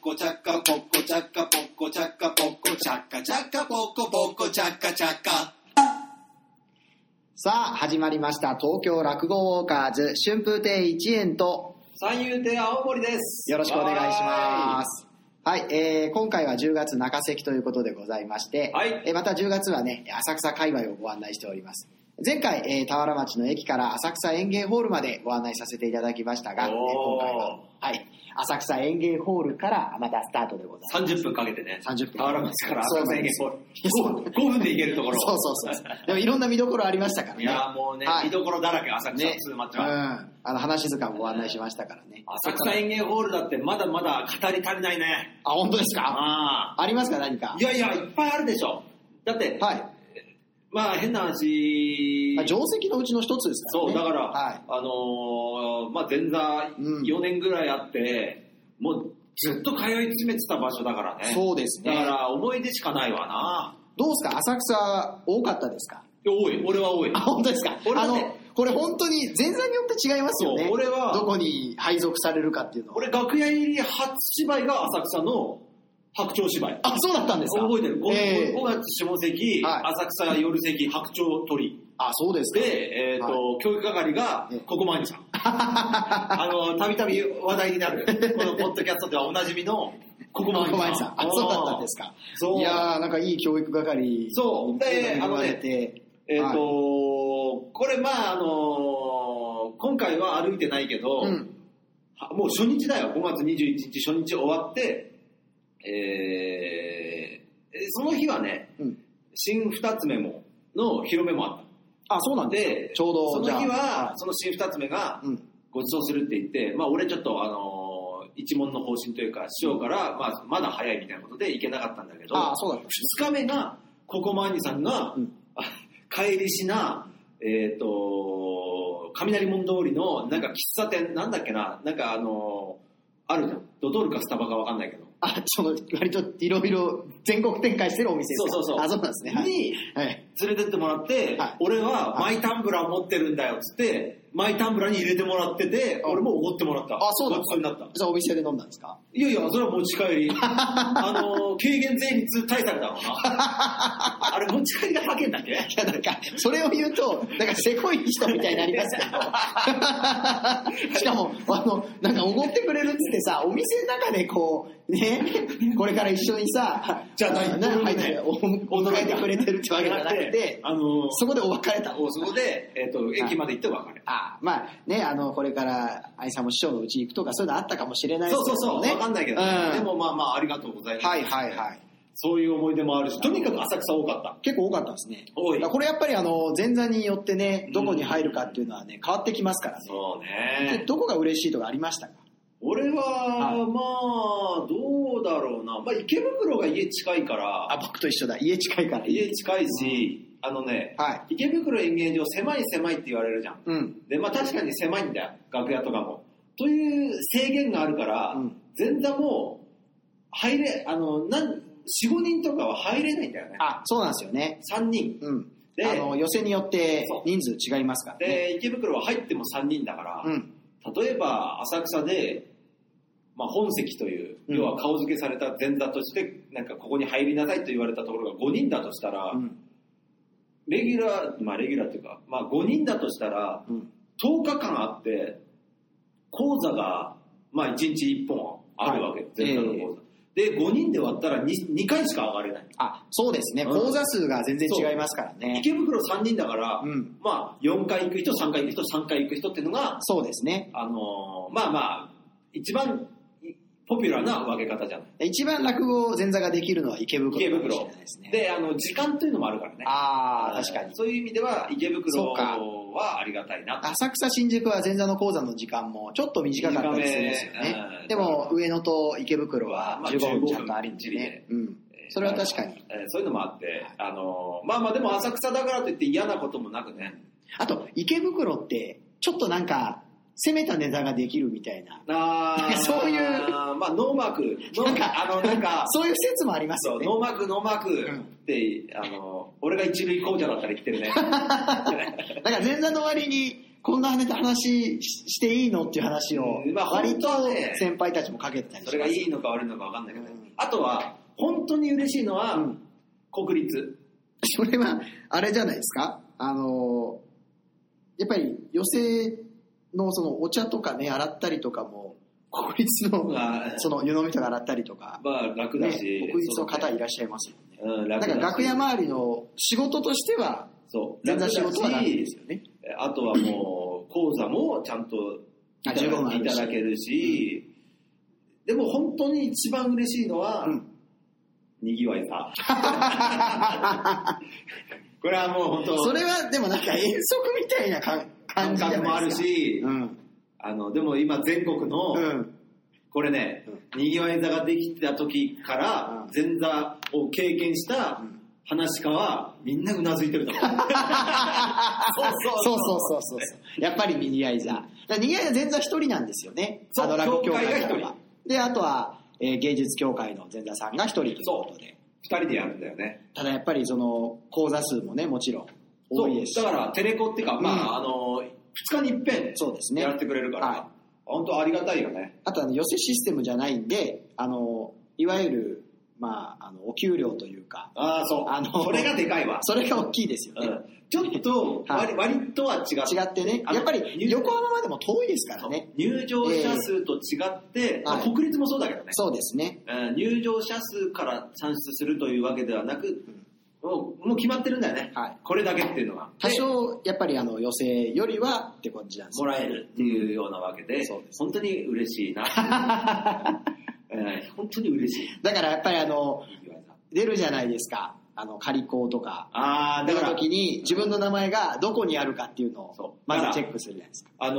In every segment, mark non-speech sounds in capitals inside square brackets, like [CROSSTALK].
コチャッカポッコチャッカポッコチャッカポッコチャッカチャッカポッコポッコチャッカチャッカさあ、始まりました。東京落語ウォーカーズ、春風亭一円と、三遊亭青森です。よろしくお願いします。はい、えー今回は10月中関ということでございまして、はいえーまた10月はね、浅草界隈をご案内しております。前回、えー、田原町の駅から浅草園芸ホールまでご案内させていただきましたが、えーお今ー回は、はい、浅草園芸ホールからまたスタートでございます。三十分かけてね。 30分田原町からそうなん浅で草す園芸5分で行けるところ。 [LAUGHS] そうそうそう。でもいろんな見どころありましたからね。いやーもうね、はい見どころだらけ浅草ね、通町うんは。。あの、話図鑑をご案内しましたからね。浅草園芸ホールだってまだまだ語り足りないね。あ、本当ですかあありますか何あか。いやいや、いっぱいあるでしょ。だって、はい。まあ変な話まあ、。定石のうちの一つですからそね。う、だから、はい。あのーまあ前座うん4年ぐらいあって、もうずっと通い詰めてた場所だからね。そうですだかね。ら思い出しかないわな。どうですか浅草多かったですかいや多い、俺は多いあ、。本当です [LAUGHS] か俺あはねの、これ本当に前座によって違いますよね。そう俺はどこに配属されるかっていうのは。俺、楽屋入り初芝居が浅草の白鳥芝居。あ、そうだったんですか覚えてる 5,、ええ五月下関、はい浅草夜関白鳥鳥あ、そうですかで、えっとは教育係がええここまに [LAUGHS] さんあのたびたび話題になるこのポッドキャストではおなじみのここま小に林ささんん。あ、そうだったんですかそういやー、なんかいい教育係。そうでで、言われて。えっ、と、はいこれまああの今回は歩いてないけど、うん。もう初日だよ、5月21日初日終わって、えーえその日はね、うん新二つ目も、の広めもあっあ、そうなた。んですかで、ちょうそど、じゃのあ。日は、その新二つ目が、うん。ご馳走するって言って、まあ俺ちょっとあのー一門の方針というか、師匠から、まあまだ早いみたいなことで行けなかったんだけど、あ、そうだった。二日目が、ここまにさんが、うん帰りしな、えっ、と、雷門通りの、なんか喫茶店、なんだっけな、なんかあのあるじゃん。ドトールかスタバかわかんないけど。あ、その、割といろいろ全国展開してるお店ですかそうそうそうあ、そうなんですね。はい。に、はい、連れてってもらって、はい俺はマイタンブラー持ってるんだよ、つって、マイタンブラーに入れてもらってて、うん俺もおごってもらった。あそうなんだごちそうになった。じゃあお店で飲んだんです [LAUGHS] かいやいや、それは持ち [LAUGHS] 帰り。あの軽減税率対策だろうな。あれ、持ち帰りがけんだっけいや、なんか、それを言うと、なんか、せこい人みたいになりますけ [LAUGHS] ど。しかも、あの、なんか、おごってくれるっつってさ、お店の中でこう、ね、これから一緒にさ、じゃあなない入っ驚いて、たお迎えてくれてるってわけじゃなくて、あのそこでお別れた。おそこで、えっ、と、駅まで行ってお別れ。あまあね、あの、これから、愛さんも師匠のうち行くとか、そういうのあったかもしれないでそうすそうけどそう、ね。わかんないけど、うんでもまあまあ、ありがとうございます。はいはいはい。そういう思い出もあるし、とにかく浅草多かった。結構多かったですね。多いだからこれやっぱりあの前座によってね、どこに入るかっていうのはね、変わってきますからね。そうでね。どこが嬉しいとかありましたか俺は、はまあ、どうだろうな。まあ、池袋が家近いから、あ、僕と一緒だ。家近いから。家近いし、あのね、はい。池袋演芸場狭い狭いって言われるじゃん。うん。で、まあ確かに狭いんだよ、楽屋とかも。という制限があるから、うん前座も、入れ、あの、なん、4、5人とかは入れないんだよね。あ、そうなんですよね。 3人。うん。であの、寄せによってそう人数違いますからね。で、池袋は入っても3人だから、うん。例えば浅草で、まあ、本席という、うん要は顔付けされた前座として、なんかここに入りなさいと言われたところが5人だとしたら、うん。レギュラー、まあレギュラーっていうか、まあ5人だとしたら、うん。 10日間あって、講座が、まあ1日1本あるわけ、はい前座の講座。で、5人で割ったら 2, 2回しか上がれない。あ、そうですね。うん講座数が全然違いますからね。池袋3人だから、うん。まあ4回行く人、3回行く人、3回行く人っていうのが、そうですね。あのーまあまあ、一番いポピュラーな分け方じゃない。一番落語前座ができるのは池袋池かもしれ袋ないですね。。で、あの、時間というのもあるからね。あー、確かに。そういう意味では、池そ袋うかはありがたいな。浅草新宿は前座の講座の時間もちょっと短かったりするんですよね短めうんでも上野と池袋はまあ15 15分分ちゃんとありんでね、うん、えーそれは確かに。えーそういうのもあって、あのーまあまあでも浅草だからといって嫌なこともなくね。あと池袋ってちょっとなんか攻めたネタができるみたいなあーそういうまあノーマーク、ノーなんかあの、なんか、そういう説もありますそよう、ねノーマーク、ノーマークうん [LAUGHS] って、あのー俺が一塁紅茶だったら言ってるね。なんか前座の割にこんな話ししていいのっていう話をうんまあ割と本当はね先輩たちもかけてたりそしれがまいすいのか悪いのか分かんないけど、ねうんあとは本当に嬉しいのは、うん国立 [LAUGHS] それはあれじゃないですかあのやっぱり寄席のそのお茶とかね洗ったりとかも国立のが、その湯飲みとか洗ったりとか、まあ、楽だね、し、国立の方そういらっしゃいますよねうん、だ楽からだ楽し屋周りの仕事としてはそう全楽然だ仕事は楽しですよねあとはもう講座もちゃんといあただ15分あいるたしだけるし、でも本当に一番嬉しいのは、うんにぎわい [LAUGHS] さこれはもう本当それはでもなんか遠足みたいな感感感じじゃ覚ないですかもあるし、うんあのでも今全国の、うんこれね、にぎわい座ができた時からう、ん前座を経験したうん話し家は、みんなうなずいてると思う。[LAUGHS] そうそうそうそうそう。やっぱりにぎわい座。だからにぎわい座全座一人なんですよね。そうアドラッグ協会協さ会んが一は。で、あとは、えー芸術協会の前座さんが一人ということで。二人でやるんだよね。ただやっぱりその、講座数もね、もちろん多いですしだから、テレコっていうか、まあ、あの、二日に一遍、そうですねやってくれるから、はい本当ありがたいよね。あとはあの寄せシステムじゃないんで、あの、いわゆる、まあ、あの、お給料というか、ああ、そう。あのそれがでかいわ。それが大きいですようね。んちょっと割、割とは違って。違ってね、あのやっぱり入横浜までも遠いですからね。入場者数と違って、まあはい国立もそうだけどね。そうですね。うん入場者数から算出するというわけではなく、もうもう決まってるんだよね、はいこれだけっていうのが多で少、やっぱりあの、寄せよりはって感じなんですもよらえるっていうようなわけで,、そうです本当に嬉しいな、 [LAUGHS] えー本当に嬉しいだからやっぱりあの、いいわな出るじゃないですか。あの、仮行とか。ああ出だるから時に自分の名前がどこにあるかっていうのをそうまだずかチらェックするじゃないですか。あのー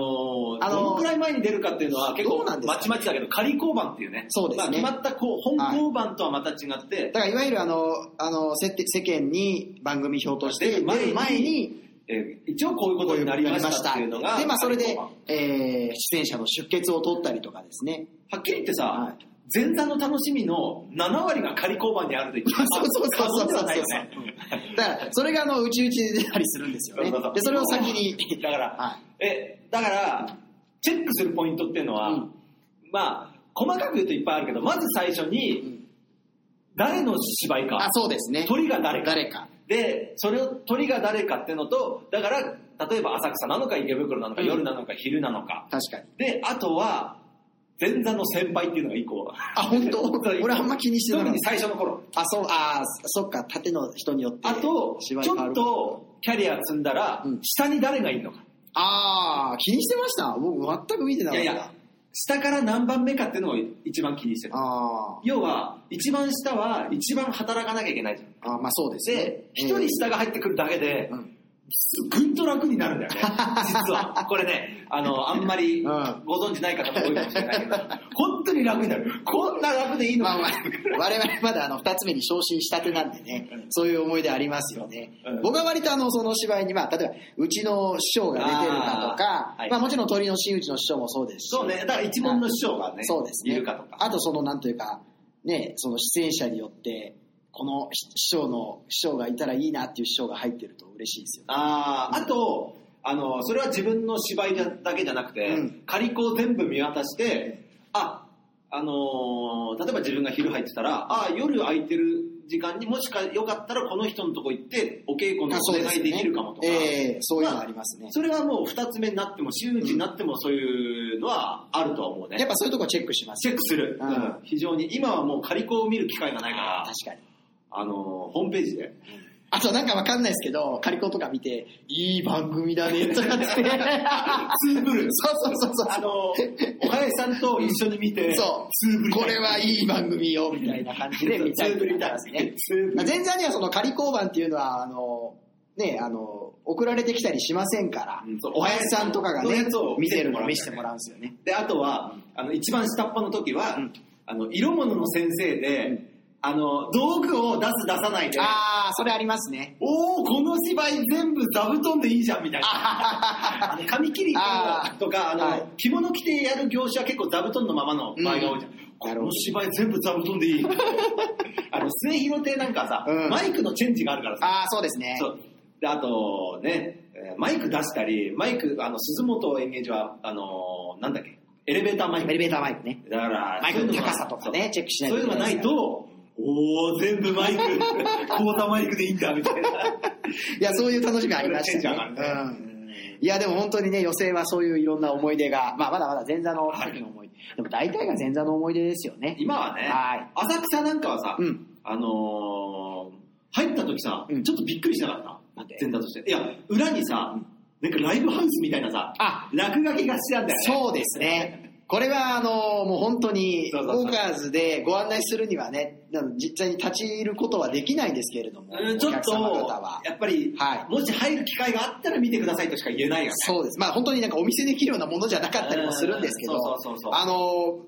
あのどーのくらい前に出るかっていうのは結ど構うなんですかまちまちだけど仮交番っていうねそうですねまあ、決まったこう本交番とはまた違って、だからいわゆるあの、あの、世世間に番組表として出る前に出る前にえー一応こういうことになりましたっていうのがで、まあそれで仮交番、えー出演者の出血を取ったりとかですね。はっきり言ってさ、はい前座の楽しみの7割が仮交番にあると言って [LAUGHS] そうそうそ過うそうそう言ではないよねだから、それがあの、うちうちで出たりするんですよそねうそうそ。うで、それを先に。 [LAUGHS] だから、はえだからチェックするポイントっていうのは、うんまあ細かく言うといっぱいあるけどまず最初い。うにん誰の芝居あか、、そうですね。鳥が誰か誰か。でそれを鳥が誰かっていうのとだから例えば浅草なのか池袋なのか、うん夜なのか昼なのか確かに。であとは前座の先輩っていうのが一個あ、[LAUGHS] 本当俺あんま気にしてな特かっに最初の頃た。あ、そう、あー、そっか、縦の人によって。あと、ち芝居変わょっるとキャリア積んだらうん、下に誰がいるのか。ああ、気にしてました僕全く見てないかっやた。いや、下から何番目かっていうのを一番気にしてる。あ要は、一番下は一番働かなきゃいけないじゃん。ーあー、まあそうですねで。、一人下が入ってくるだけでう、んぐんと楽になるん [LAUGHS] だよね。実は。これね、あの、あんまりうごん存知ない方も多いかもしれないけど、本当に楽になる。こんな楽でいいのまあかまあ、 [LAUGHS] 我々まだあの二つ目に昇進したてなんでね、そういう思い出ありますよねうん。僕は割とあのその芝居に、まあ例えばうちの師匠が出てるかとあかー、はいまあもちろん鳥の真打ちの師匠もそうですし、そうね、だから一門の師匠がね、そうですいねるかと。か。あとそのなんというか、ね、その出演者によって、この師匠の、師匠がいたらいいなっていう師匠が入ってると嬉しいですよね。あああとあのそれは自分の芝居じゃだけじゃなくて、うん仮子を全部見渡してああのー例えば自分が昼入ってたらあ夜空いてる時間にもしかよかったらこの人のとこ行ってお稽古のあおそう願ですいねできるかもとか、ええそういうのありますね。それはもう2つ目になっても真打ちになってもそういうのはあるとは思うねやっぱそういうとこチェックしますチェックする、うんうん非常に今はもう仮子を見る機会がないから確かに。あのーホームページであとなんかわかんないですけど、カリコとか見て、いい番組だね、とかって。ツーブルそうそうそうそう。あ [LAUGHS] のーおはやさんと一緒に見てそう。これはいい番組よ、みたいな感じで見たりツーブリだですね。前座にはその仮交番っていうのは、あの、ね、あの、送られてきたりしませんからうんそう、おはやさんとかがそういうねやつを、見見ててるるののをを見見せせててももららうんですよね。であとはあの一番下っ端の時は、うんあの色物の先生で、うんあの道具を出す出さないであー、それありますね。おおこの芝居全部座布団でいいじゃんみたいなあの髪切りとあかあの、はい着物着てやる業種は結構座布団のままの場合が多いじゃん、うんなこるほどの芝居全部座布団でい [LAUGHS] いあの末広亭なんかさ、うんマイクのチェンジがあるからさあー、そうですね。そう。で、あとね、えね、マイク出したり、マイク、あの、鈴本演芸場は、あの、なんだっけ、エレベーターマイエレク。ベーターマイクね。だから、マイそうクいうののが高さとかね、チェックしないそういうのがないですかと、おー、全部マイク、コ [LAUGHS] ータマイクでいいんだ、みたいな。ら。いや、そういう楽しみありましテンショたン上がねる。うんいや、でも本当にね、予選はそういういろんな思い出が、まあ、まだまだ前座の時の思い出。でも大体が前座の思い出ですよね。今はね、はい。浅草なんかはさ、うん。あのー入った時さ、うんちょっとびっくりしなかったなんで前座として。いや、裏にさ、なんかライブハウスみたいなさ、あ、落書きがしてあんだよね。そうですね。これはあのもう本当にウそうそうそうォーカーズでご案内するにはね、あの実際に立ち入ることはできないんですけれども、うんちょっとお客様方は、。やっぱり、はいもし入る機会があったら見てくださいとしか言えないよね。そうです。まあ本当になんかお店で着るようなものじゃなかったりもするんですけうんど、そうそうそうそうあの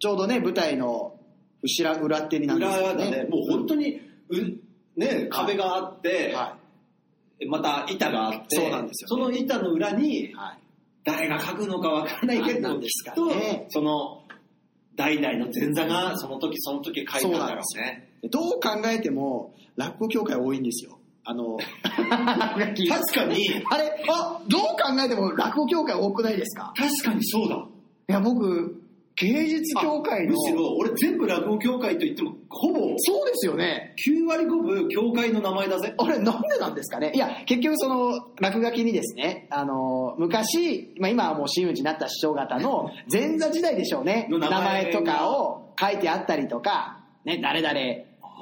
ちょうどね、舞台の後ろ裏手になんで裏すはよねね、。もう本当に、うね、壁があって、はまた板があって、そうなんですよその板の裏にい。、はい。誰が書くのかわからないけど、なんですかねきっとその、代々の前座がその時その時書いたんだろうね。どう考えても、落語協会多いんですよ。[LAUGHS] あの、確確かに、あれ、あ、どう考えても落語協会多くないですか確かにそうだ。いや、僕、芸術協会のむ。しろ、俺全部落語協会と言っても、ほぼ、そうですよね。 9割5分協会の名前だぜ。あれ、なんでなんですかね。いや、結局その、落書きにですね、あの、昔、まあ今はもう真打ちになった師匠方の前座時代でしょうね。の名名前前とかを書いてあったりとか、ね、誰々、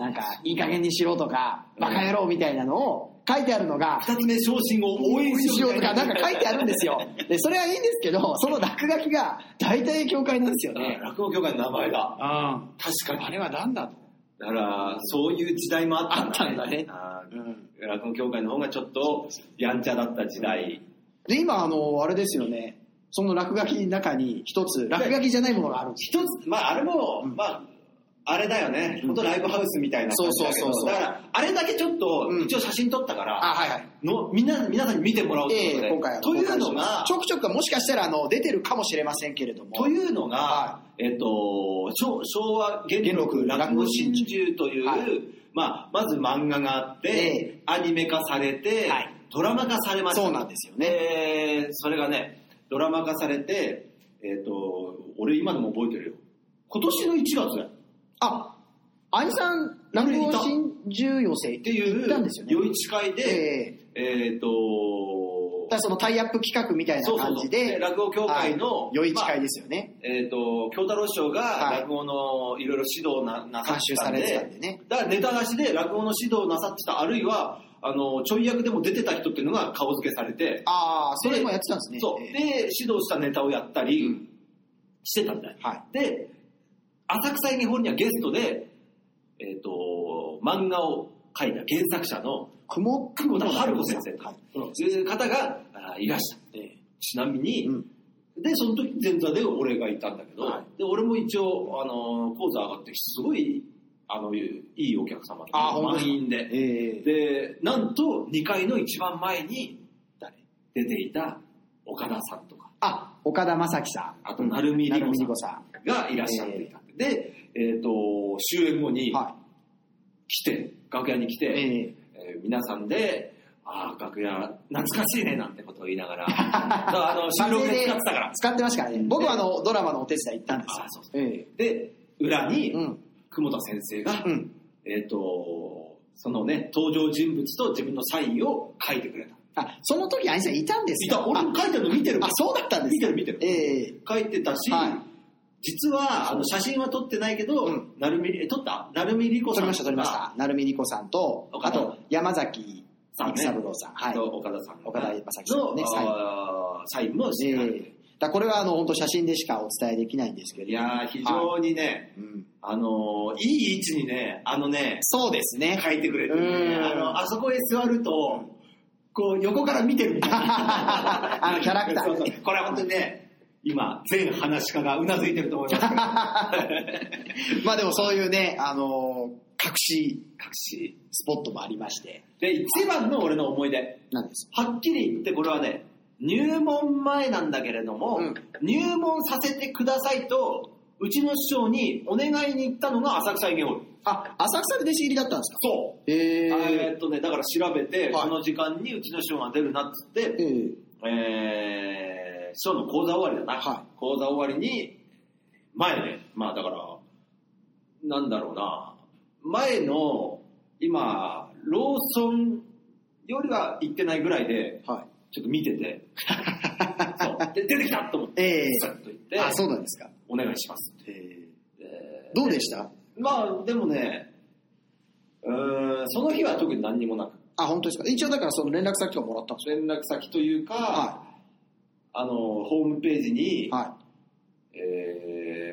なんか、いい加減にしろとか、バカ野郎みたいなのを書いてあるのが、二つ目昇進を応援ししよよううととかか、ななんんかか書書いいててああるるんんでですすよよ。で、それはいいんですけど、その落書きが大体教会なんですよね。落語協会の名前だ。あ確かに。れは何だと。だから、そういう時代もあったんだね。あうんー落語協会の方がちょっと、やんちゃだった時代。で、今、あの、あれですよね。その落書きの中に一つ、落書きじゃないものがあるんですよ。一つ、まあ、あれも、うんまあ、あれだよね。本当ライブハウスみたいな感じだけど。そうそうそうそうだから、あれだけちょっとうん、一応写真撮ったから、はいはい。の、みんな、皆さんに見てもらおうということええで。今回はというの公開しまがすち、ょくちょくもしかしたらあの出てるかもしれませんけれども。というのが、はえっと、昭昭和元禄元禄落語真珠という、はいまあ、まず漫画があって、えアニメ化されて、はいドラマ化されました。そうなんですよねね。それがね、ドラマ化されて、えっと、俺今でも覚えてるよ。今年の1月だよあ、兄さん、落語新十寄せっっててい言う、ったんですよね。夜市会で、えええっと、だからそのタイアップ企画みたいなそ感じうそうそうでで。落語協会のはい夜市会ですよね。えっ、と、京太郎師匠がはい落語のいろいろ指導な、なさって監修たさんれで、てたんでね。だからネタ出しで落語の指導をなさってた、あるいは、あの、ちょい役でも出てた人っていうのが顔付けされて、ああ、それもやってたんですね。そう。えでえ、指導したネタをやったうりんしてたんだよ。はい。で、浅草日本にはゲストで、えっ、と、漫画を描いた原作者の、雲、久保田春子先生はいという方があいらした。ええちなみに、うんで、その時前座で俺がいたんだけど、はで、俺も一応、あの、講座上がって、すごい、あの、いいお客様であ本当です満か員で。ええで、なんと2階の一番前に誰出ていた岡田さんとか、あ、岡田将生さん。あと成海成海莉莉子子ささんんがいらっしゃっていた。で、えっ、と、終演後には来て、楽屋に来て、い。えええー皆さんで、ああ、楽屋、懐かしいね、なんてことを言いながら、 [LAUGHS] だからあの収録で使ってた [LAUGHS] から。使ってましたからね。僕はあの、ドラマのお手伝い行ったんですよ。あそうそえで、裏えに、うん。久保田先生が、うん。えっ、と、そのね、登場人物と自分のサインを書いてくれた。あ、その時、兄さんいたんですいよ。た、俺も書いてるの見てるあ、あそうだったんで見すてかる見てる。ええ書いてたし、はい実は、あの、写真は撮ってないけど、うんなるみり、撮ったなるみりこ撮さんりとか。ました、撮りました。成海莉子さんと、岡あ田と、山崎さんね育三郎さん。はい。と岡田さんが。岡田正樹さんのねサインのあーサインもしてあるええだからこれはあの、本当写真でしかお伝えできないんですけれいど。やー、非常にね、うん。あのーいい位置にね、あのね、そうですね。書いてくれて、ね、うんあの、あそこへ座ると、こう、横から見てるみたいな。 [LAUGHS] あのキャラクターそうそうこれは本当にね、今、全話家がうなずいてると思いま [LAUGHS] すけどまあでもそういうね、あの、隠し隠し。スポットもありまして。で、一番の俺の思い出。なんですはっきり言って、これはね、入門前なんだけれども、うん入門させてくださいと、うちの師匠にお願いに行ったのが浅草池ホール。あ、浅草で弟子入りだったんですかそう。へええーっとね、だから調べて、はいこの時間にうちの師匠が出るなっつって、えーえー、師匠の講座終わりだな、は講座終わりに前ねまあだからなんだろうな前の今ローソンよりは行ってないぐらいではちょっと見て [LAUGHS] てそうで出てきたと思っい。てえさっと行ってえあ、そうなんですか。お願いしますって、どうでしたまあでもねうーんその日は特に何にもなくあ、本当ですか。一応だからその連絡先をもらったんです連絡先というか、よ。はあのホームページに、い。はえー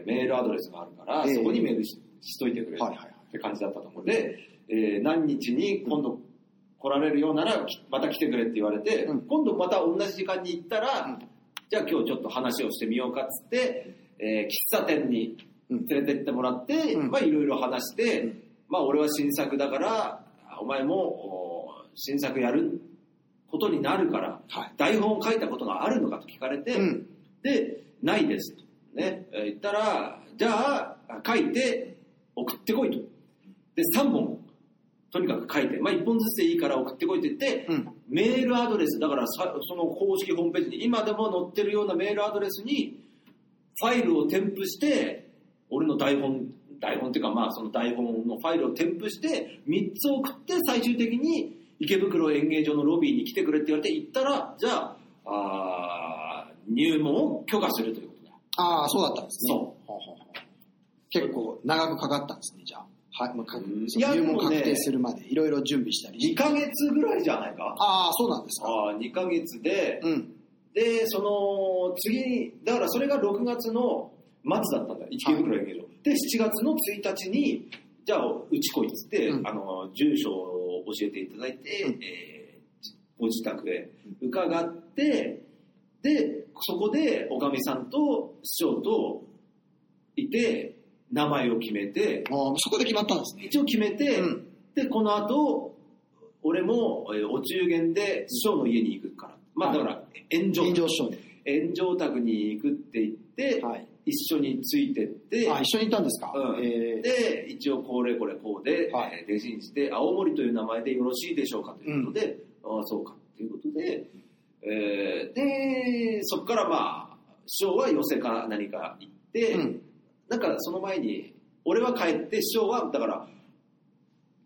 メールアドレスがあるから、ええそこにメールししといてくれ、はいはいはいって感じだったと思うんで、えー何日に今度来られるようなら、きまた来てくれって言われて、うん今度また同じ時間に行ったら、うんじゃあ今日ちょっと話をしてみようかっつって、えー喫茶店にうん連れてってもらって、うんまあいろいろ話して、うんまあ俺は新作だから、お前もお新作やることになるから、はい台本を書いたことがあるのかと聞かれい。て、うん。で、ないですと。ね、えー言ったら、じゃあ、書いて、送ってこいと。で、3本、とにかく書いて、まあ1本ずつでいいから送ってこいって言って、うんメールアドレス、だからさその公式ホームページに、今でも載ってるようなメールアドレスに、ファイルを添付して、俺の台本、台本っていうか、まあその台本のファイルを添付して、3つ送って、最終的に池袋演芸場のロビーに来てくれって言われて行ったら、じゃあ、あー入門を許可するということだ。ああ、そうだったんですね。そほうほうほう結構長くかかったんですね、じゃあ。はい。もうかうんそのいや入門でもね確定するまでいろいろ準備したりし2て。ヶ月ぐらいじゃないか。ああ、そうなんですか。ああ、2ヶ月で、うん。で、その次、だからそれが6月の末だったんだ、池袋演芸場。で、7月の1日に、じゃあ、うち来いっつって、うんあの、住所を教えていただいて、うんえーご自宅へ伺って、で、そこで、おかみさんと師匠といて、名前を決めて、ああ、そこで決まったんですね。一応決めて、うんでこの後俺もえーお中元で師匠の家に行くからまあだから炎上炎上師匠で。炎上宅に行くって言って、はい。一緒についてって、あ、一緒に行ったんですか。うんええで一応これこれこうで、はえいー弟子にして青森という名前でよろしいでしょうかということで、ああそうかということで、えーでそこからまあ師匠は寄せか何か行って、うんなんかその前に俺は帰って師匠はだから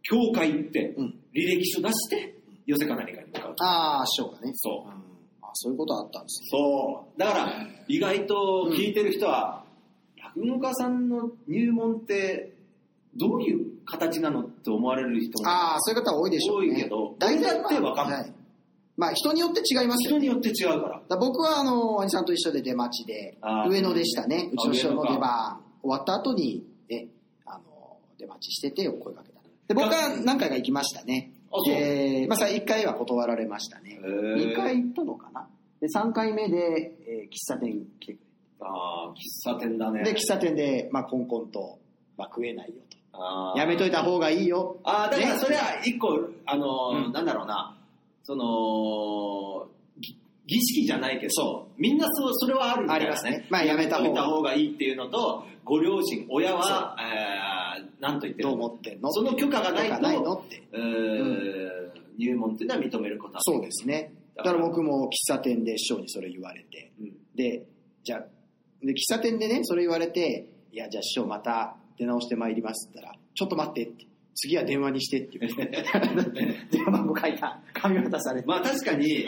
教会行って、うん履歴書出して寄せか何かに向かうああ、師匠がね。そううん。あそういうことあったんですね。そう。だから、意外と聞いてる人は、落語家さんの入門って、どういう形なのって思われる人も、ああ、そういう方多いでしょう、多ね。いけど大体どうやってわかんないい。まあ、人によって違いますよ人ね。によって違うから。だから僕は、あの、兄さんと一緒で出待ちであ、ー上野でしたね。うちの師匠のあ上出野番終わった後に、ね、あの、出待ちしててお声かけた。で、僕は何回か行きましたね。あそうえー、まあ、1回は断られましたね。2回行ったのかな。で、3回目で、えー喫茶店来てくああ、喫茶店だね。れて。で、喫茶店で、まあ、コンコンと、まあ、食えないよあと。ーやめといた方がいいよ。ああ、だからねそれは一個、あのー、うんなんだろうな、その、ぎ儀式じゃないけど、みんなそうそれはあるみたいなありますねまあやめた方がやめとい方がいいっていうのと、ご両親、親は、えー、なんと言ってるどう思ってんのその許可がない許と可ないのって。えー入門っていうのは認めることはそうですね。だから僕も喫茶店で師匠にそれ言われて、うんで、じゃあで、喫茶店でね、それ言われて、いや、じゃあ師匠また出直してまいりますって言ったら、ちょっと待ってって、次は電話にしてって言われて、 [LAUGHS] 電話番号書いた、紙渡されて。まあ確かに、い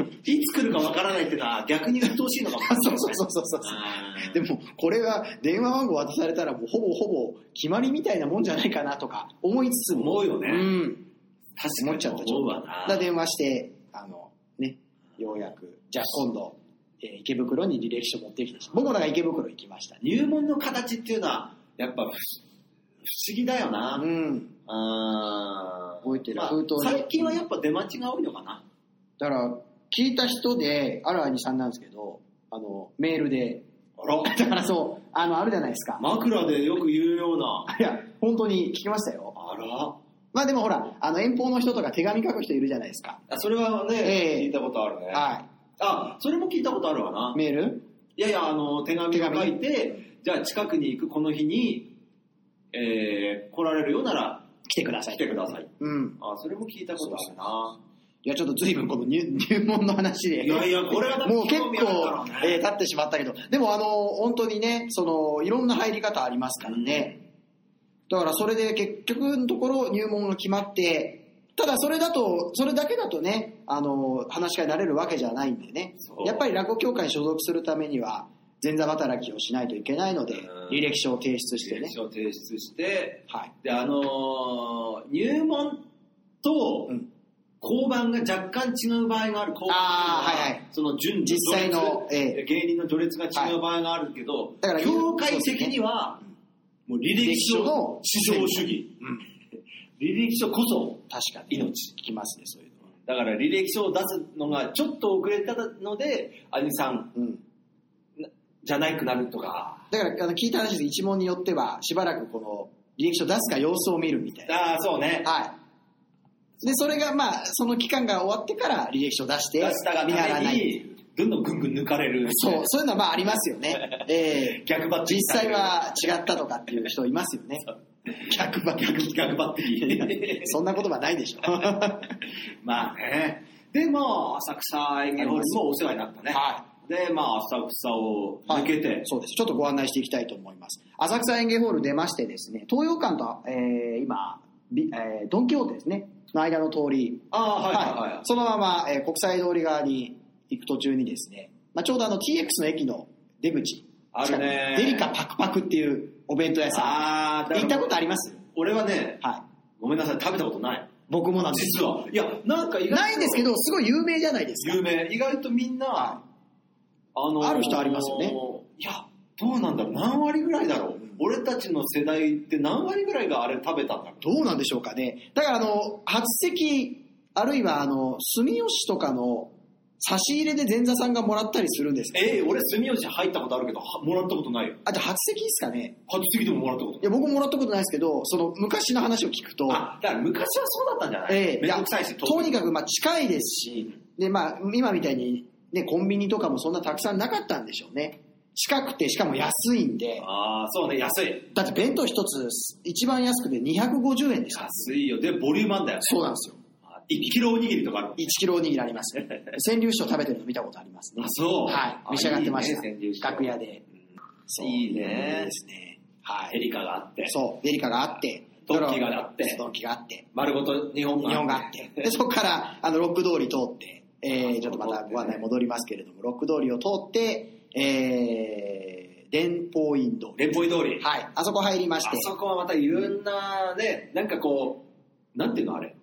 つ来るかわからないっていうのは逆に鬱陶しいのかもしれない [LAUGHS] そうそうそうそうそう。あーでも、これは電話番号渡されたら、もうほぼほぼ決まりみたいなもんじゃないかなとか思いつつも、思うよね。うん。確思っちゃっかた、にち思ょうっわと。だな。から電話して、あの、ね、ようやく、じゃあ今度、えー池袋に履歴書持ってきて、僕もだから池袋行きましたね。入門の形っていうのは、やっぱ不思不思議だよな。うん。あー覚えてるまあ封筒に最近はやっぱ出待ちが多いのかな。だから、聞いた人で、ある兄さんなんですけど、あの、メールで、 [LAUGHS] あら、だから [LAUGHS] そう、あの、あるじゃないですか。枕でよく言うような。いや、本当に聞きましたよ。あら。まあでもほら、あの、遠方の人とか手紙書く人いるじゃないですか。あそれはね、ええ聞いたことあるね。はあ、それも聞いたことあるわな。い。メールいやいや、あの、手紙を書いて、じゃあ近くに行くこの日に、えー来られるようなら来てくださ来いて。ください。うん。あ、それも聞いたことあるな。いや、ちょっと随分この入 [LAUGHS] 入門の話で。いやいや、これはだってもう結興味あるだろ構、ねえー、立ってしまったけど、でもあの、本当にね、その、いろんな入り方ありますからね。だからそれで結局のところ入門が決まって、ただそれだと、それだけだとね、あの、話し家になれるわけじゃないんでねそ。うやっぱり落語協会に所属するためには、前座働きをしないといけないのでうん、履歴書を提出してね履。歴書を提出して、はい。で、あのー入門とうん、交番が若干違う場合がある。交番あーはいはいその順序実際の序列ええ芸人の序列が違う場合があるけど、だから教会的には、もう履歴書の至上主義。履歴書こそ確かに。命。聞きますね、そういうの。だから履歴書を出すのがちょっと遅れたので、兄さんうん。じゃないくなるとか。だからあの聞いた話です一問によってはしばらくこの履歴書出すか様子を見るみたいなああ、そうね。はいでそれがまあその期間が終わってから履歴書出して出したが見習たわめないに、どんどんぐんぐん抜かれる。そうそういうのはまあありますよ [LAUGHS] ねええ逆バッテリー実際は違ったとかっていう人いますよね逆ば逆逆ばって [LAUGHS] いそんなことはないでしょは [LAUGHS] まあね。で、まあ、浅草演芸ホールもお世話になったね。で、まあ、浅草をはい抜けて、そうですちょっとご案内していきたいと思います浅草園芸ホール出ましてですね東洋館と、えー今、びえードン・キホーテですねの間の通りああ、はいはいははいい、。そのまま、えー国際通り側に行く途中にですね、まあ、ちょうどあの TX の駅の出口あるねデリカパクパクっていうお弁当屋さああ、ん行ったことありります俺はね、はいごめんなさい、食べたことない。僕もなんです実は。いや、なんか意外とないんですけどすごい有名じゃないですか有名。意外とみんな、あのーある人ありますよね。いや、どうなんだろう。何割ぐらいだろう。俺たちの世代って何割ぐらいがあれ食べたんだろう。どうなんでしょうかねだからあの初席あるいはあの住吉とかの差し入れで前座さんがもらったりするんですけどえー、俺住吉入ったことあるけど、はもらったことないよ。あじゃあ初席ですかね初席でももらったことないいや僕もらったことないですけどその昔の話を聞くとあ、だから昔はそうだったんじゃない、ええめんどくさいし、とにかくまあ近いですし、でまあ、今みたいに、ね、コンビニとかもそんなたくさんなかったんでしょうね近くてしかも安いんでああ、そうね、安い。だって弁当一つ一番安くて250円でした安いよ。で、ボリュームあんだよね。そうなんですよあ1キロおにぎりとかあるもん1キロおにぎりあ [LAUGHS] ります川柳師匠食べてるの見たことありますねあそうはいあ召し上がってましたいいね川柳師匠楽屋でそういいねですねはエいリカがあって、そうデリカがあってドンキがあってドンキがあって丸ごと日本日本があって、でそこからあのロック通り通って、えー、ちょっとまたご案内戻りますけれども、ロック通りを通って、えー、電報院通り。連邦通り。はい、あそこ入りましてあ、そこはまたいろんなね、なんかこう、なんていうのあれ。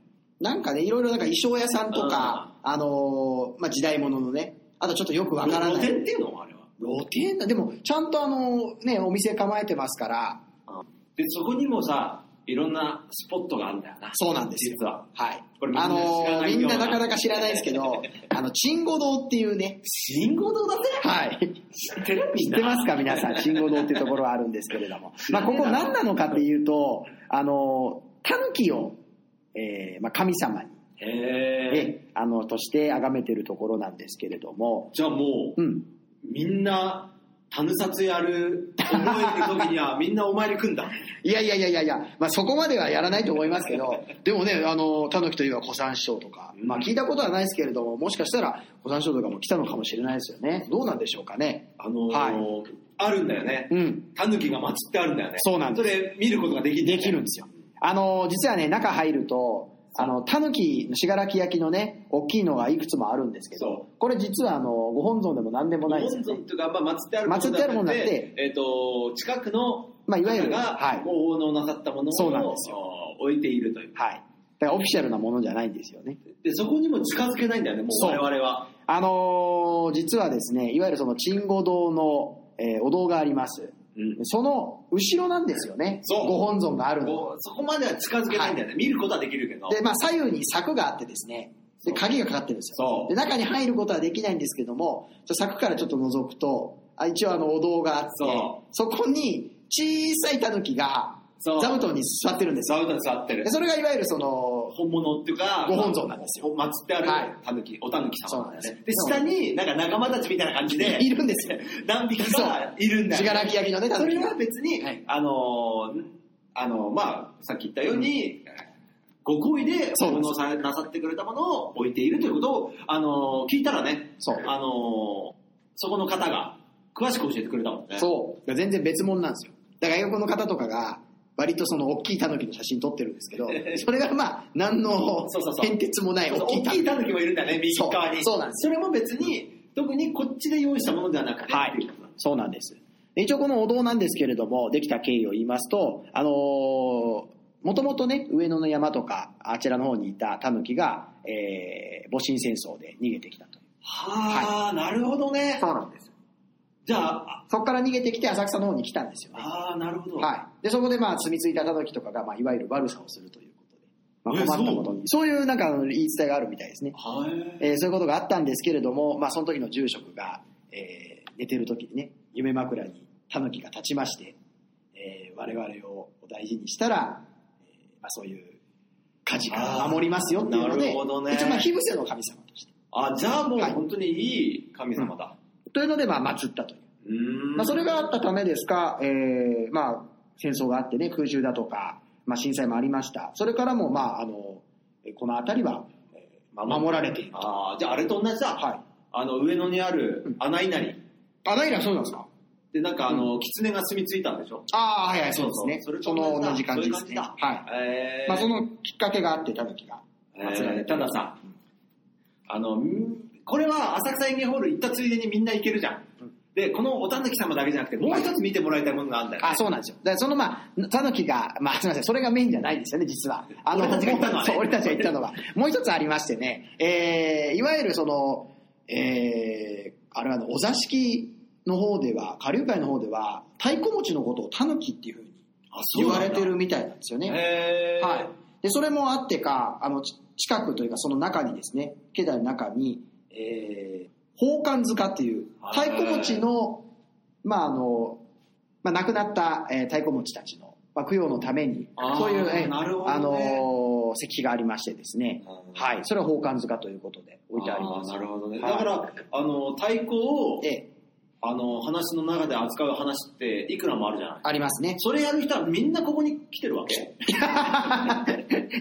なんかね、いろいろなんか衣装屋さんとか、あのーまあ、時代物のね、あとちょっとよくわから露ない。店っていうのあれは。露店だでも、ちゃんとあのね、お店構えてますから、で、そこにもさ、いろんなスポットがあるんだよな。そうなんですよ。実は。はい。これみんなあの知らーないよみうんなななかなか知らないです [LAUGHS] けど、あの、チンゴ堂っていうね、信号堂だぜはい。知ってるみ知んなってますか皆さん、信号堂っていうところはあるんですけれども。まあ、ここ何なのかっていうと、あの、タヌキを、えーまあ、神様に、へえ。えあの、として崇めてるところなんですけれども、じゃあもうう、ん。みんな、タヌ札やる、覚えてる時にはみんなお参り組んだ。いやいやいやいやいや、まあ、そこまではやらないと思いますけ [LAUGHS] ど、でもね、あの、タヌキといえば小山師匠とか、まあ、聞いたことはないですけれども、もしかしたら小山師匠とかも来たのかもしれないですよね。どうなんでしょうかね。あのーはあるんだよね。うん。タヌキが祀ってあるんだよね。そうなんですそれ見ることができる、できるんですよ。あの、実はね、中入ると、あの、タヌキの信楽焼きのね、大きいのがいくつもあるんですけどそ、これ実はあの、ご本尊でも何でもないんです本よ尊。ねというか、まあ、祀ってあるもの祀ってあるものだってえっ、と、近くのまあ、いわゆ方る、が、はい。もう奉納なさったものをそうなんですあー置いているという。はい。だからオフィシャルなものじゃないんですよね。で、そこにも近づけないんだよね、もうそう我々は。あのー実はですね、いわゆるその、チンゴ堂の、えーお堂があります。うんその後ろなんですよね。そうご本尊があるのは。こうそこまでは近づけないんだよね。見ることはできるけど。で、まあ、左右に柵があってですね、で、鍵がかかってるんですそよ。うで、中に入ることはできないんですけども、ちょ柵からちょっと覗くと、あ一応あの、お堂があってそ、そこに小さい狸が、そう座布団に座ってるんです座よ。布団に座ってるで。それがいわゆるその、本物っていうか、ご本尊なんですよ。祀ってある、はいたぬき、おたぬき様。そうなんですで、下に、なんか仲間たちみたいな感じで、いるんですよ。何匹かいるんだ信よ楽焼のね、それは狸別に、はいあのー、あのーまあ、さっき言ったように、ご厚意で、そう奉納されなさってくれたものを置いているということを、あのー聞いたらね、そうあのーそこの方が、詳しく教えてくれたもんね。そう。全然別物なんですよ。だから外国の方とかが、割とその大きい狸の写真撮ってるんですけど、それがまあ、何のそうそうそう変哲もないそう大き大いきい狸。タヌキもいるんだね、右側に。そうそうなんですそれも別に、特にこっちで用意したものではなくて、はいっていうことなんでそうなんです。で一応このお堂なんですけれども、できた経緯を言いますと、あのもともとね、上野の山とか、あちらの方にいた狸が、えー、戊辰戦争で逃げてきたと。すはあ、なるほどね。そうなんです。じゃあ、そこから逃げてきて浅草の方に来たんですよね。ああ、なるほど。はい。で、そこでまあ、住み着いた狸とかが、まあ、いわゆる悪さをするということで、えまあ、困ったことに。そういうなんかあの言い伝えがあるみたいですね。はい。えーそういうことがあったんですけれども、まあ、その時の住職が、えー寝てる時にね夢枕に狸が立ちまして、えー我々を大事にしたら、えーまあ、そういう火事から守りますよっていうあのーなでるほどね一応まあ火伏せの神様としてあ、じゃあもうはい本当にいい神様だ。というのでまあ祀ったという、うーんまあ、それがあったためですか、えーまあ、戦争があってね空襲だとか、まあ、震災もありましたそれからもまああのえーこの辺りはえーまあ守られているとああ、じゃああれと同じだ。はいあの、上野にある穴稲荷。あ何がそうなんですかで、なんかあの、狐が住み着いたんでしょああ、はいはい、そうですね。そそれとそ同じのだ同じ感じですそういうね。感はじだい。えーまあ、そのきっかけがあって、たぬきがえー祭られてたださ、あの、んこれは浅草園芸ホール行ったついでにみんな行けるじゃん。で、このおたぬき様だけじゃなくて、もう一つ見てもらいたいものがあるんだよ。あ、そうなんですよ。だからそのまあ、たぬきが、まあ、すみません、それがメインじゃないですよね、実は。あの、俺たちが言ったのはねそう俺たちが言ったのは。もう一つありましてね、えー、いわゆるその、えー、あれはあのお座敷の方では、下流会の方では、太鼓持ちのことをたぬきっていうふうにあ言われてるみたいなんですよね。へーはい、でそれもあってかあのち近くというかその中にですね境内の中に、えー、宝冠塚っていうはい太鼓持ちの,、まああのまあ、亡くなった、えー太鼓持ちたちの、まあ、供養のためにあーそういう、えーなるほどねあのー石碑がありましてですね、うんはい、それは宝冠塚ということで置いてありますーなるほどね。はいだから、あの、太鼓を、えーあの、話の中で扱う話っていくらもあるじゃない。ありますねそれやる人はみんなここに来てるわけ。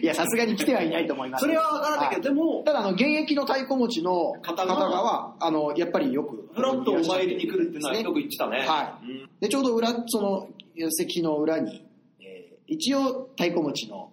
いやさすがに来てはいないと思いますそれはわからないけど、でも、ただあの現役の太鼓持ちの方方が々はあのやっぱりよくフラッとお参りに来るっていうのはですねよく言ってたね。。はいでちょうど裏その席の裏に、えー一応太鼓持ちの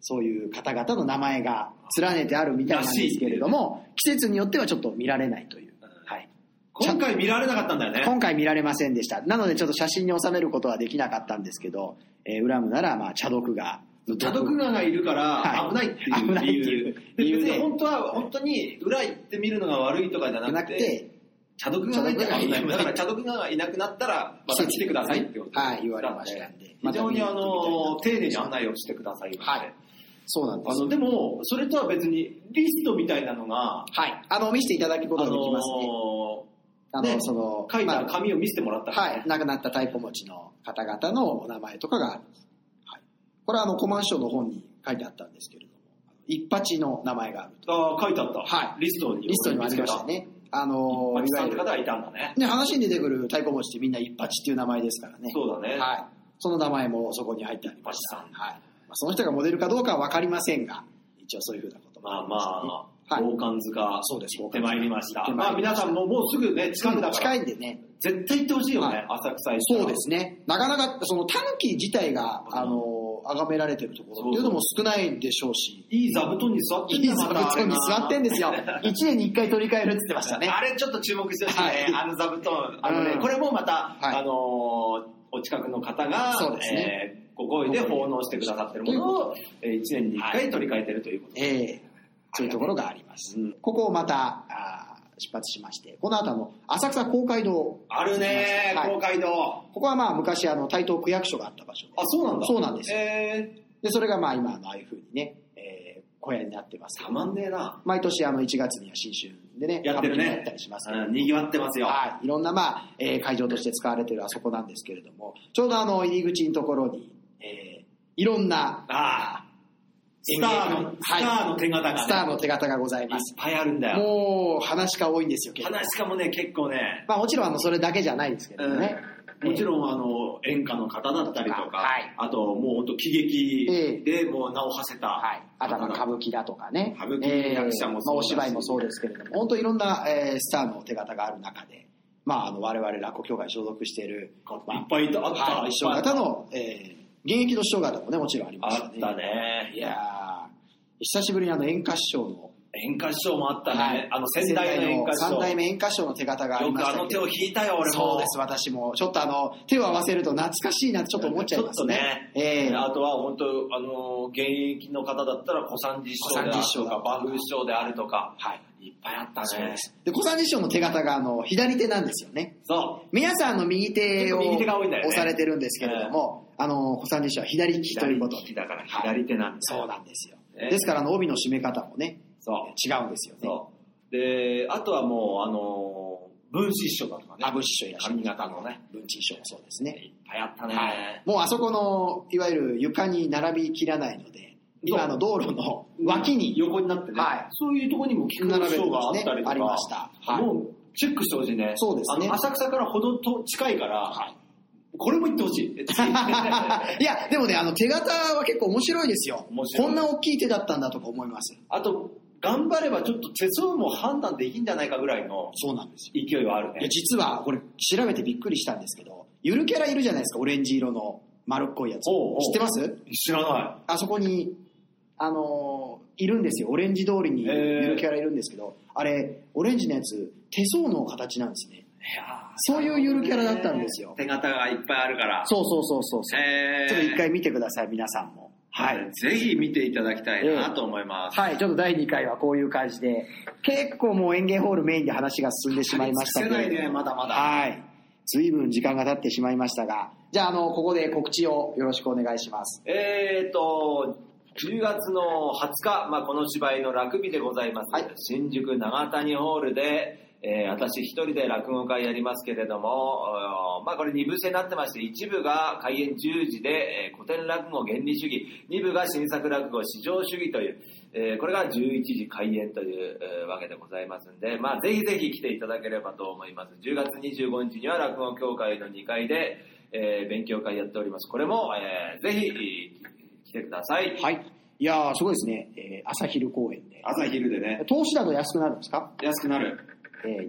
そういう方々の名前が連ねてあるみたいなんですけれども、季節によってはちょっと見られないという、はい、今回見られなかったんだよね。今回見られませんでしたなのでちょっと写真に収めることはできなかったんですけど、えー、恨むならまあ茶毒が茶毒ガがいるからはい危ないっていう理由。危ないっていう理で由別でに本当は、本当に裏行って見るのが悪いとかじゃがななくくて、て茶毒ガがいて危ない。茶毒だがから茶毒ガがいなくなったら、また来てくださいってことはい言われましたんで非常にあまた見に行の、っ丁てみたいな寧に案内をしてくださいよって。はいそうなんであすの、でも、それとは別に、リストみたいなのが、はいあの見せていただくことあがのできますね、あのねその書いまたあ紙を見せてもらったからはい、亡くなった太鼓持ちの方々のお名前とかがある、はい、これはあのコマンションの本に書いてあったんですけれども一八の名前があるとああ、書いてあった。はいリストに。リストにもありました。ねあのパいキスタわンってゆる方がいたんだね。ね話に出てくる太鼓持ちってみんな一八っていう名前ですからねそうだね。はい、その名前もそこに入ってありました、一は八いまあ、その人がモデルかどうかは分かりませんが一応そういうふうなこともまありしたねまあ、はい防寒塚、そうです行ってまいりました。行ってままあいりま皆したさんももうすぐね、近くだから、近いんでね絶対行ってほしいよはねい、浅草行ったらそうで。すね。なかなか、その、タヌキ自体が、うんあの、崇められてるところっていうのも少ないでしょうし、いい座布団に座っていんいだ座よ布団に座ってんですよ。1年に1回取り替えるって言ってましたね。 [LAUGHS] あれちょっと注目してほしいね、はいあの座布団。あのね、うんこれもまた、はいあのーお近くの方が、そうですねえーご好意で奉納してくださってるものを、え1年に1回取り替えてるということで。ええそういうところがあります。うんここをまた、あー出発しまして、この後あの、浅草公会堂。あるねはい公会堂。ここはまあ、昔、あの、台東区役所があった場所で。あ、そうなんだ。そうなんですよ。えーで、それがまあ、今、あのああいうふうにね、えー小屋になってます。たまんねえな。毎年、あの、1月には新春でね、やってる歌舞伎もねやったりしますけど。うん、にぎわってますよ。はい、いろんな、まあえー会場として使われているあそこなんですけれどもちょうどあの入り口のところに、えーいろんなああ。スターの、スタはいーの手形が、ね、スターの手形がございいっます。ぱいあるんだよ。もう、話が多いんですよ、結構。話しかもね、結構ね、まあ、もちろん、あの、それだけじゃないですけどうんね。もちろん、あの、演歌の方だったりとか、はいあと、もう本当喜劇でもう名を馳せた、はい。あとはまあ歌方舞伎だとかね。歌舞伎役者もそうだしまあお芝居もそうですけれども、本当いろんな、えースターの手形がある中で、まあ、あの、我々落語協会所属している、がいっぱいいた、あった、はい、師匠いっぱい方の、えー現役の師匠方もね、もちろんありましあたっね。たね。いやー久しぶりにあの、演歌師匠の、演歌師匠もあったね。はいあの、先代の演歌師匠。三代目演歌師匠の手形がありよまくしあたのけ手どを引いたよ、俺も。そうです、私も。ちょっとあの、手を合わせると懐かしいなってちょっと思っちゃいますね。ちょっとええあとは本当、あの、現役の方だったら、小三治師匠である小三治師匠とだか、馬風師匠であるとか、はい。いっぱいあったそうねで。す。で、小三治師匠の手形があの、左手なんですよね。そう。皆さんあの右手を右手が多いんだよね押されてるんですけれども、あの、小三治師匠は左利きということ左利でき。だから、左手なんだよそうなんですよ。ねですからあの、帯の締め方もね、そう。違うんですよね。そう。で、あとはもう、あのー、分子師匠だとかね。あ、文治師匠いらっしゃる。髪型のね。文治師匠もそうですね。いっぱいあったね。はい。もうあそこの、いわゆる床に並びきらないので、今あの道路の脇 [LAUGHS] に横になってね。はいそういうところにも菊の師匠があったりとか、ありましたはいもう、チェックしてほしいね。そうですねあの浅草からほどと近いから、はいこれも言ってほし [LAUGHS] い。いや、でもね、あの、手形は結構面白いですよ。面白いこんな大きい手だったんだとか思います。あと、頑張ればちょっと手相も判断できんじゃないかぐらいのそうなんですよ。勢いはあるいやね。実は、これ、調べてびっくりしたんですけど、ゆるキャラいるじゃないですか、オレンジ色の丸っこいやつ。おうおう知ってます知らなあそこに、あのーいるんですよ。オレンジ通りにゆへーるキャラいるんですけど、あれ、オレンジのやつ、手相の形なんですね。い。そういうゆるキャラだったんですよ手形がいっぱいあるから。そうそうそうそうそう。えーちょっと一回見てください、皆さんも。はい。ぜひ見ていただきたいなと思います。はい、ちょっと第2回はこういう感じで、結構もう園芸ホールメインで話が進んでしまいましたけ尽きないれどね、も、まだまだ。はい。随分時間が経ってしまいましたが、じゃあ、あの、ここで告知をよろしくお願いします。えー、と、10月の20日、まあ、この芝居の落日でございます。はい新宿長谷ホールで、えー私一人で落語会やりますけれども、おーまあ、これ二部制になってまして、一部が開演10時で、えー古典落語原理主義、二部が新作落語至上主義という、えーこれが11時開演という、えーわけでございますんで、まあ、ぜひぜひ来ていただければと思います。10月25日には落語協会の2階で、えー勉強会やっております。これも、えーぜひ、来てください。はい。いやー、すごいですね。えー朝昼公演で。朝昼でね、投資だと安くなるんですか安くなる。えー、2500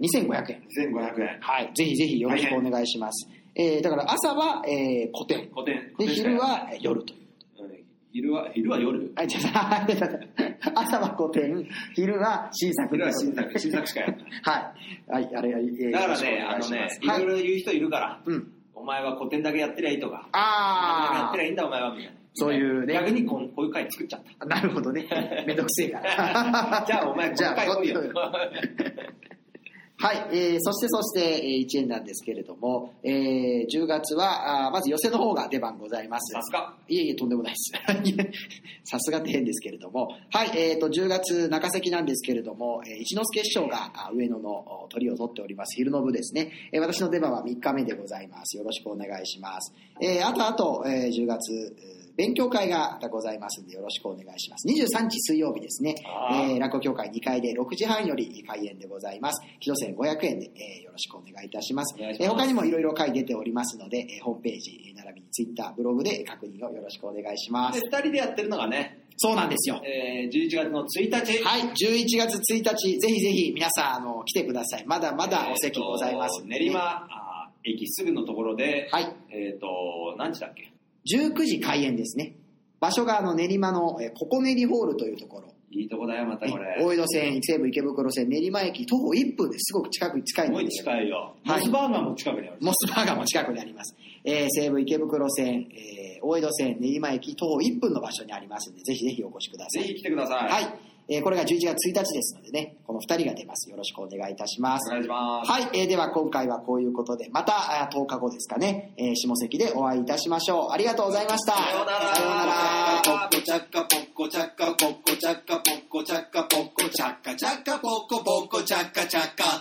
円。 2500円。はい。ぜひぜひよろしくお願いします。えー、だから朝は、えー、古典。古典。で、古典しか昼、はえー夜という。うん昼は、昼は夜あ、違う違う違う [LAUGHS] 違う朝は古典、昼は新作とい昼うはことで新作、新作しかやらない。 [LAUGHS] はい。はい、あれ、えーだからね、よあろのしくお願ねいし、いますろいろ言う人いるから、はい、うん。お前は古典だけやってりゃいいとか、やっあてりゃいいんだお前はみたいな。そういうね逆にこうこういう会作っちゃっ [LAUGHS] あ、なるほどね。めんどくせえかた。ら。 [LAUGHS] じゃあお前、こ [LAUGHS] じゃのあ、会こ来っいちよ来。いよはい、えー、そしてそして、えー、1円なんですけれども、えー、10月は、あーまず寄せの方が出番ございます。さすが。いえいえ、とんでもないです。い [LAUGHS] えさすがって変ですけれども、はい、えー、と、10月中関なんですけれども、えー一之輔師匠があ上野のお鳥を取っております、昼の部ですね。えー私の出番は3日目でございます。よろしくお願いします。えーあとあと、えー10月、えー勉強会がまたございますんで、よろしくお願いします。23日水曜日ですね、あーえー落語協会2階で6時半より開演でございます。木戸線500円で、えーよろしくお願いいたします。お願いしますえー他にもいろいろ会出ておりますので、えーホームページ、並びにツイッター、ブログで確認をよろしくお願いしま [LAUGHS] すで、。二人でやってるのがね、そうなんですよ。えー、11月の1日。はい、11月1日、ぜひぜひ皆さん、あの、来てください。まだまだお席ございますえーとんでね、練馬あー駅すぐのところで、はい、えっ、と、何時だっけ19時開演ですね。場所があの練馬の、えーココネリホールというところ。いいとこだよ、またこれ。大江戸線、西武池袋線、練馬駅、徒歩1分ですごく近く近いすんごいですよ。近いよ。はいモスバーガーも近くにある。モスバーガーも近くにあります。えー西武池袋線、えー大江戸線、練馬駅、徒歩1分の場所にありますので、ぜひぜひお越しくださぜい。ひ来てください。はい。えーこれが11月1日ですのでね、この2人が出ます。よろしくお願いいたしまお。す願いします。はい、えーでは今回はこういうことで、またあー10日後ですかね、えー下関でお会いいたしましょう。ありがとうございました。さようならさようなら Poco chacca, poco chacca, poco chacca, poco chacca, poco chacca, chacca, poco, poco chacca, chacca.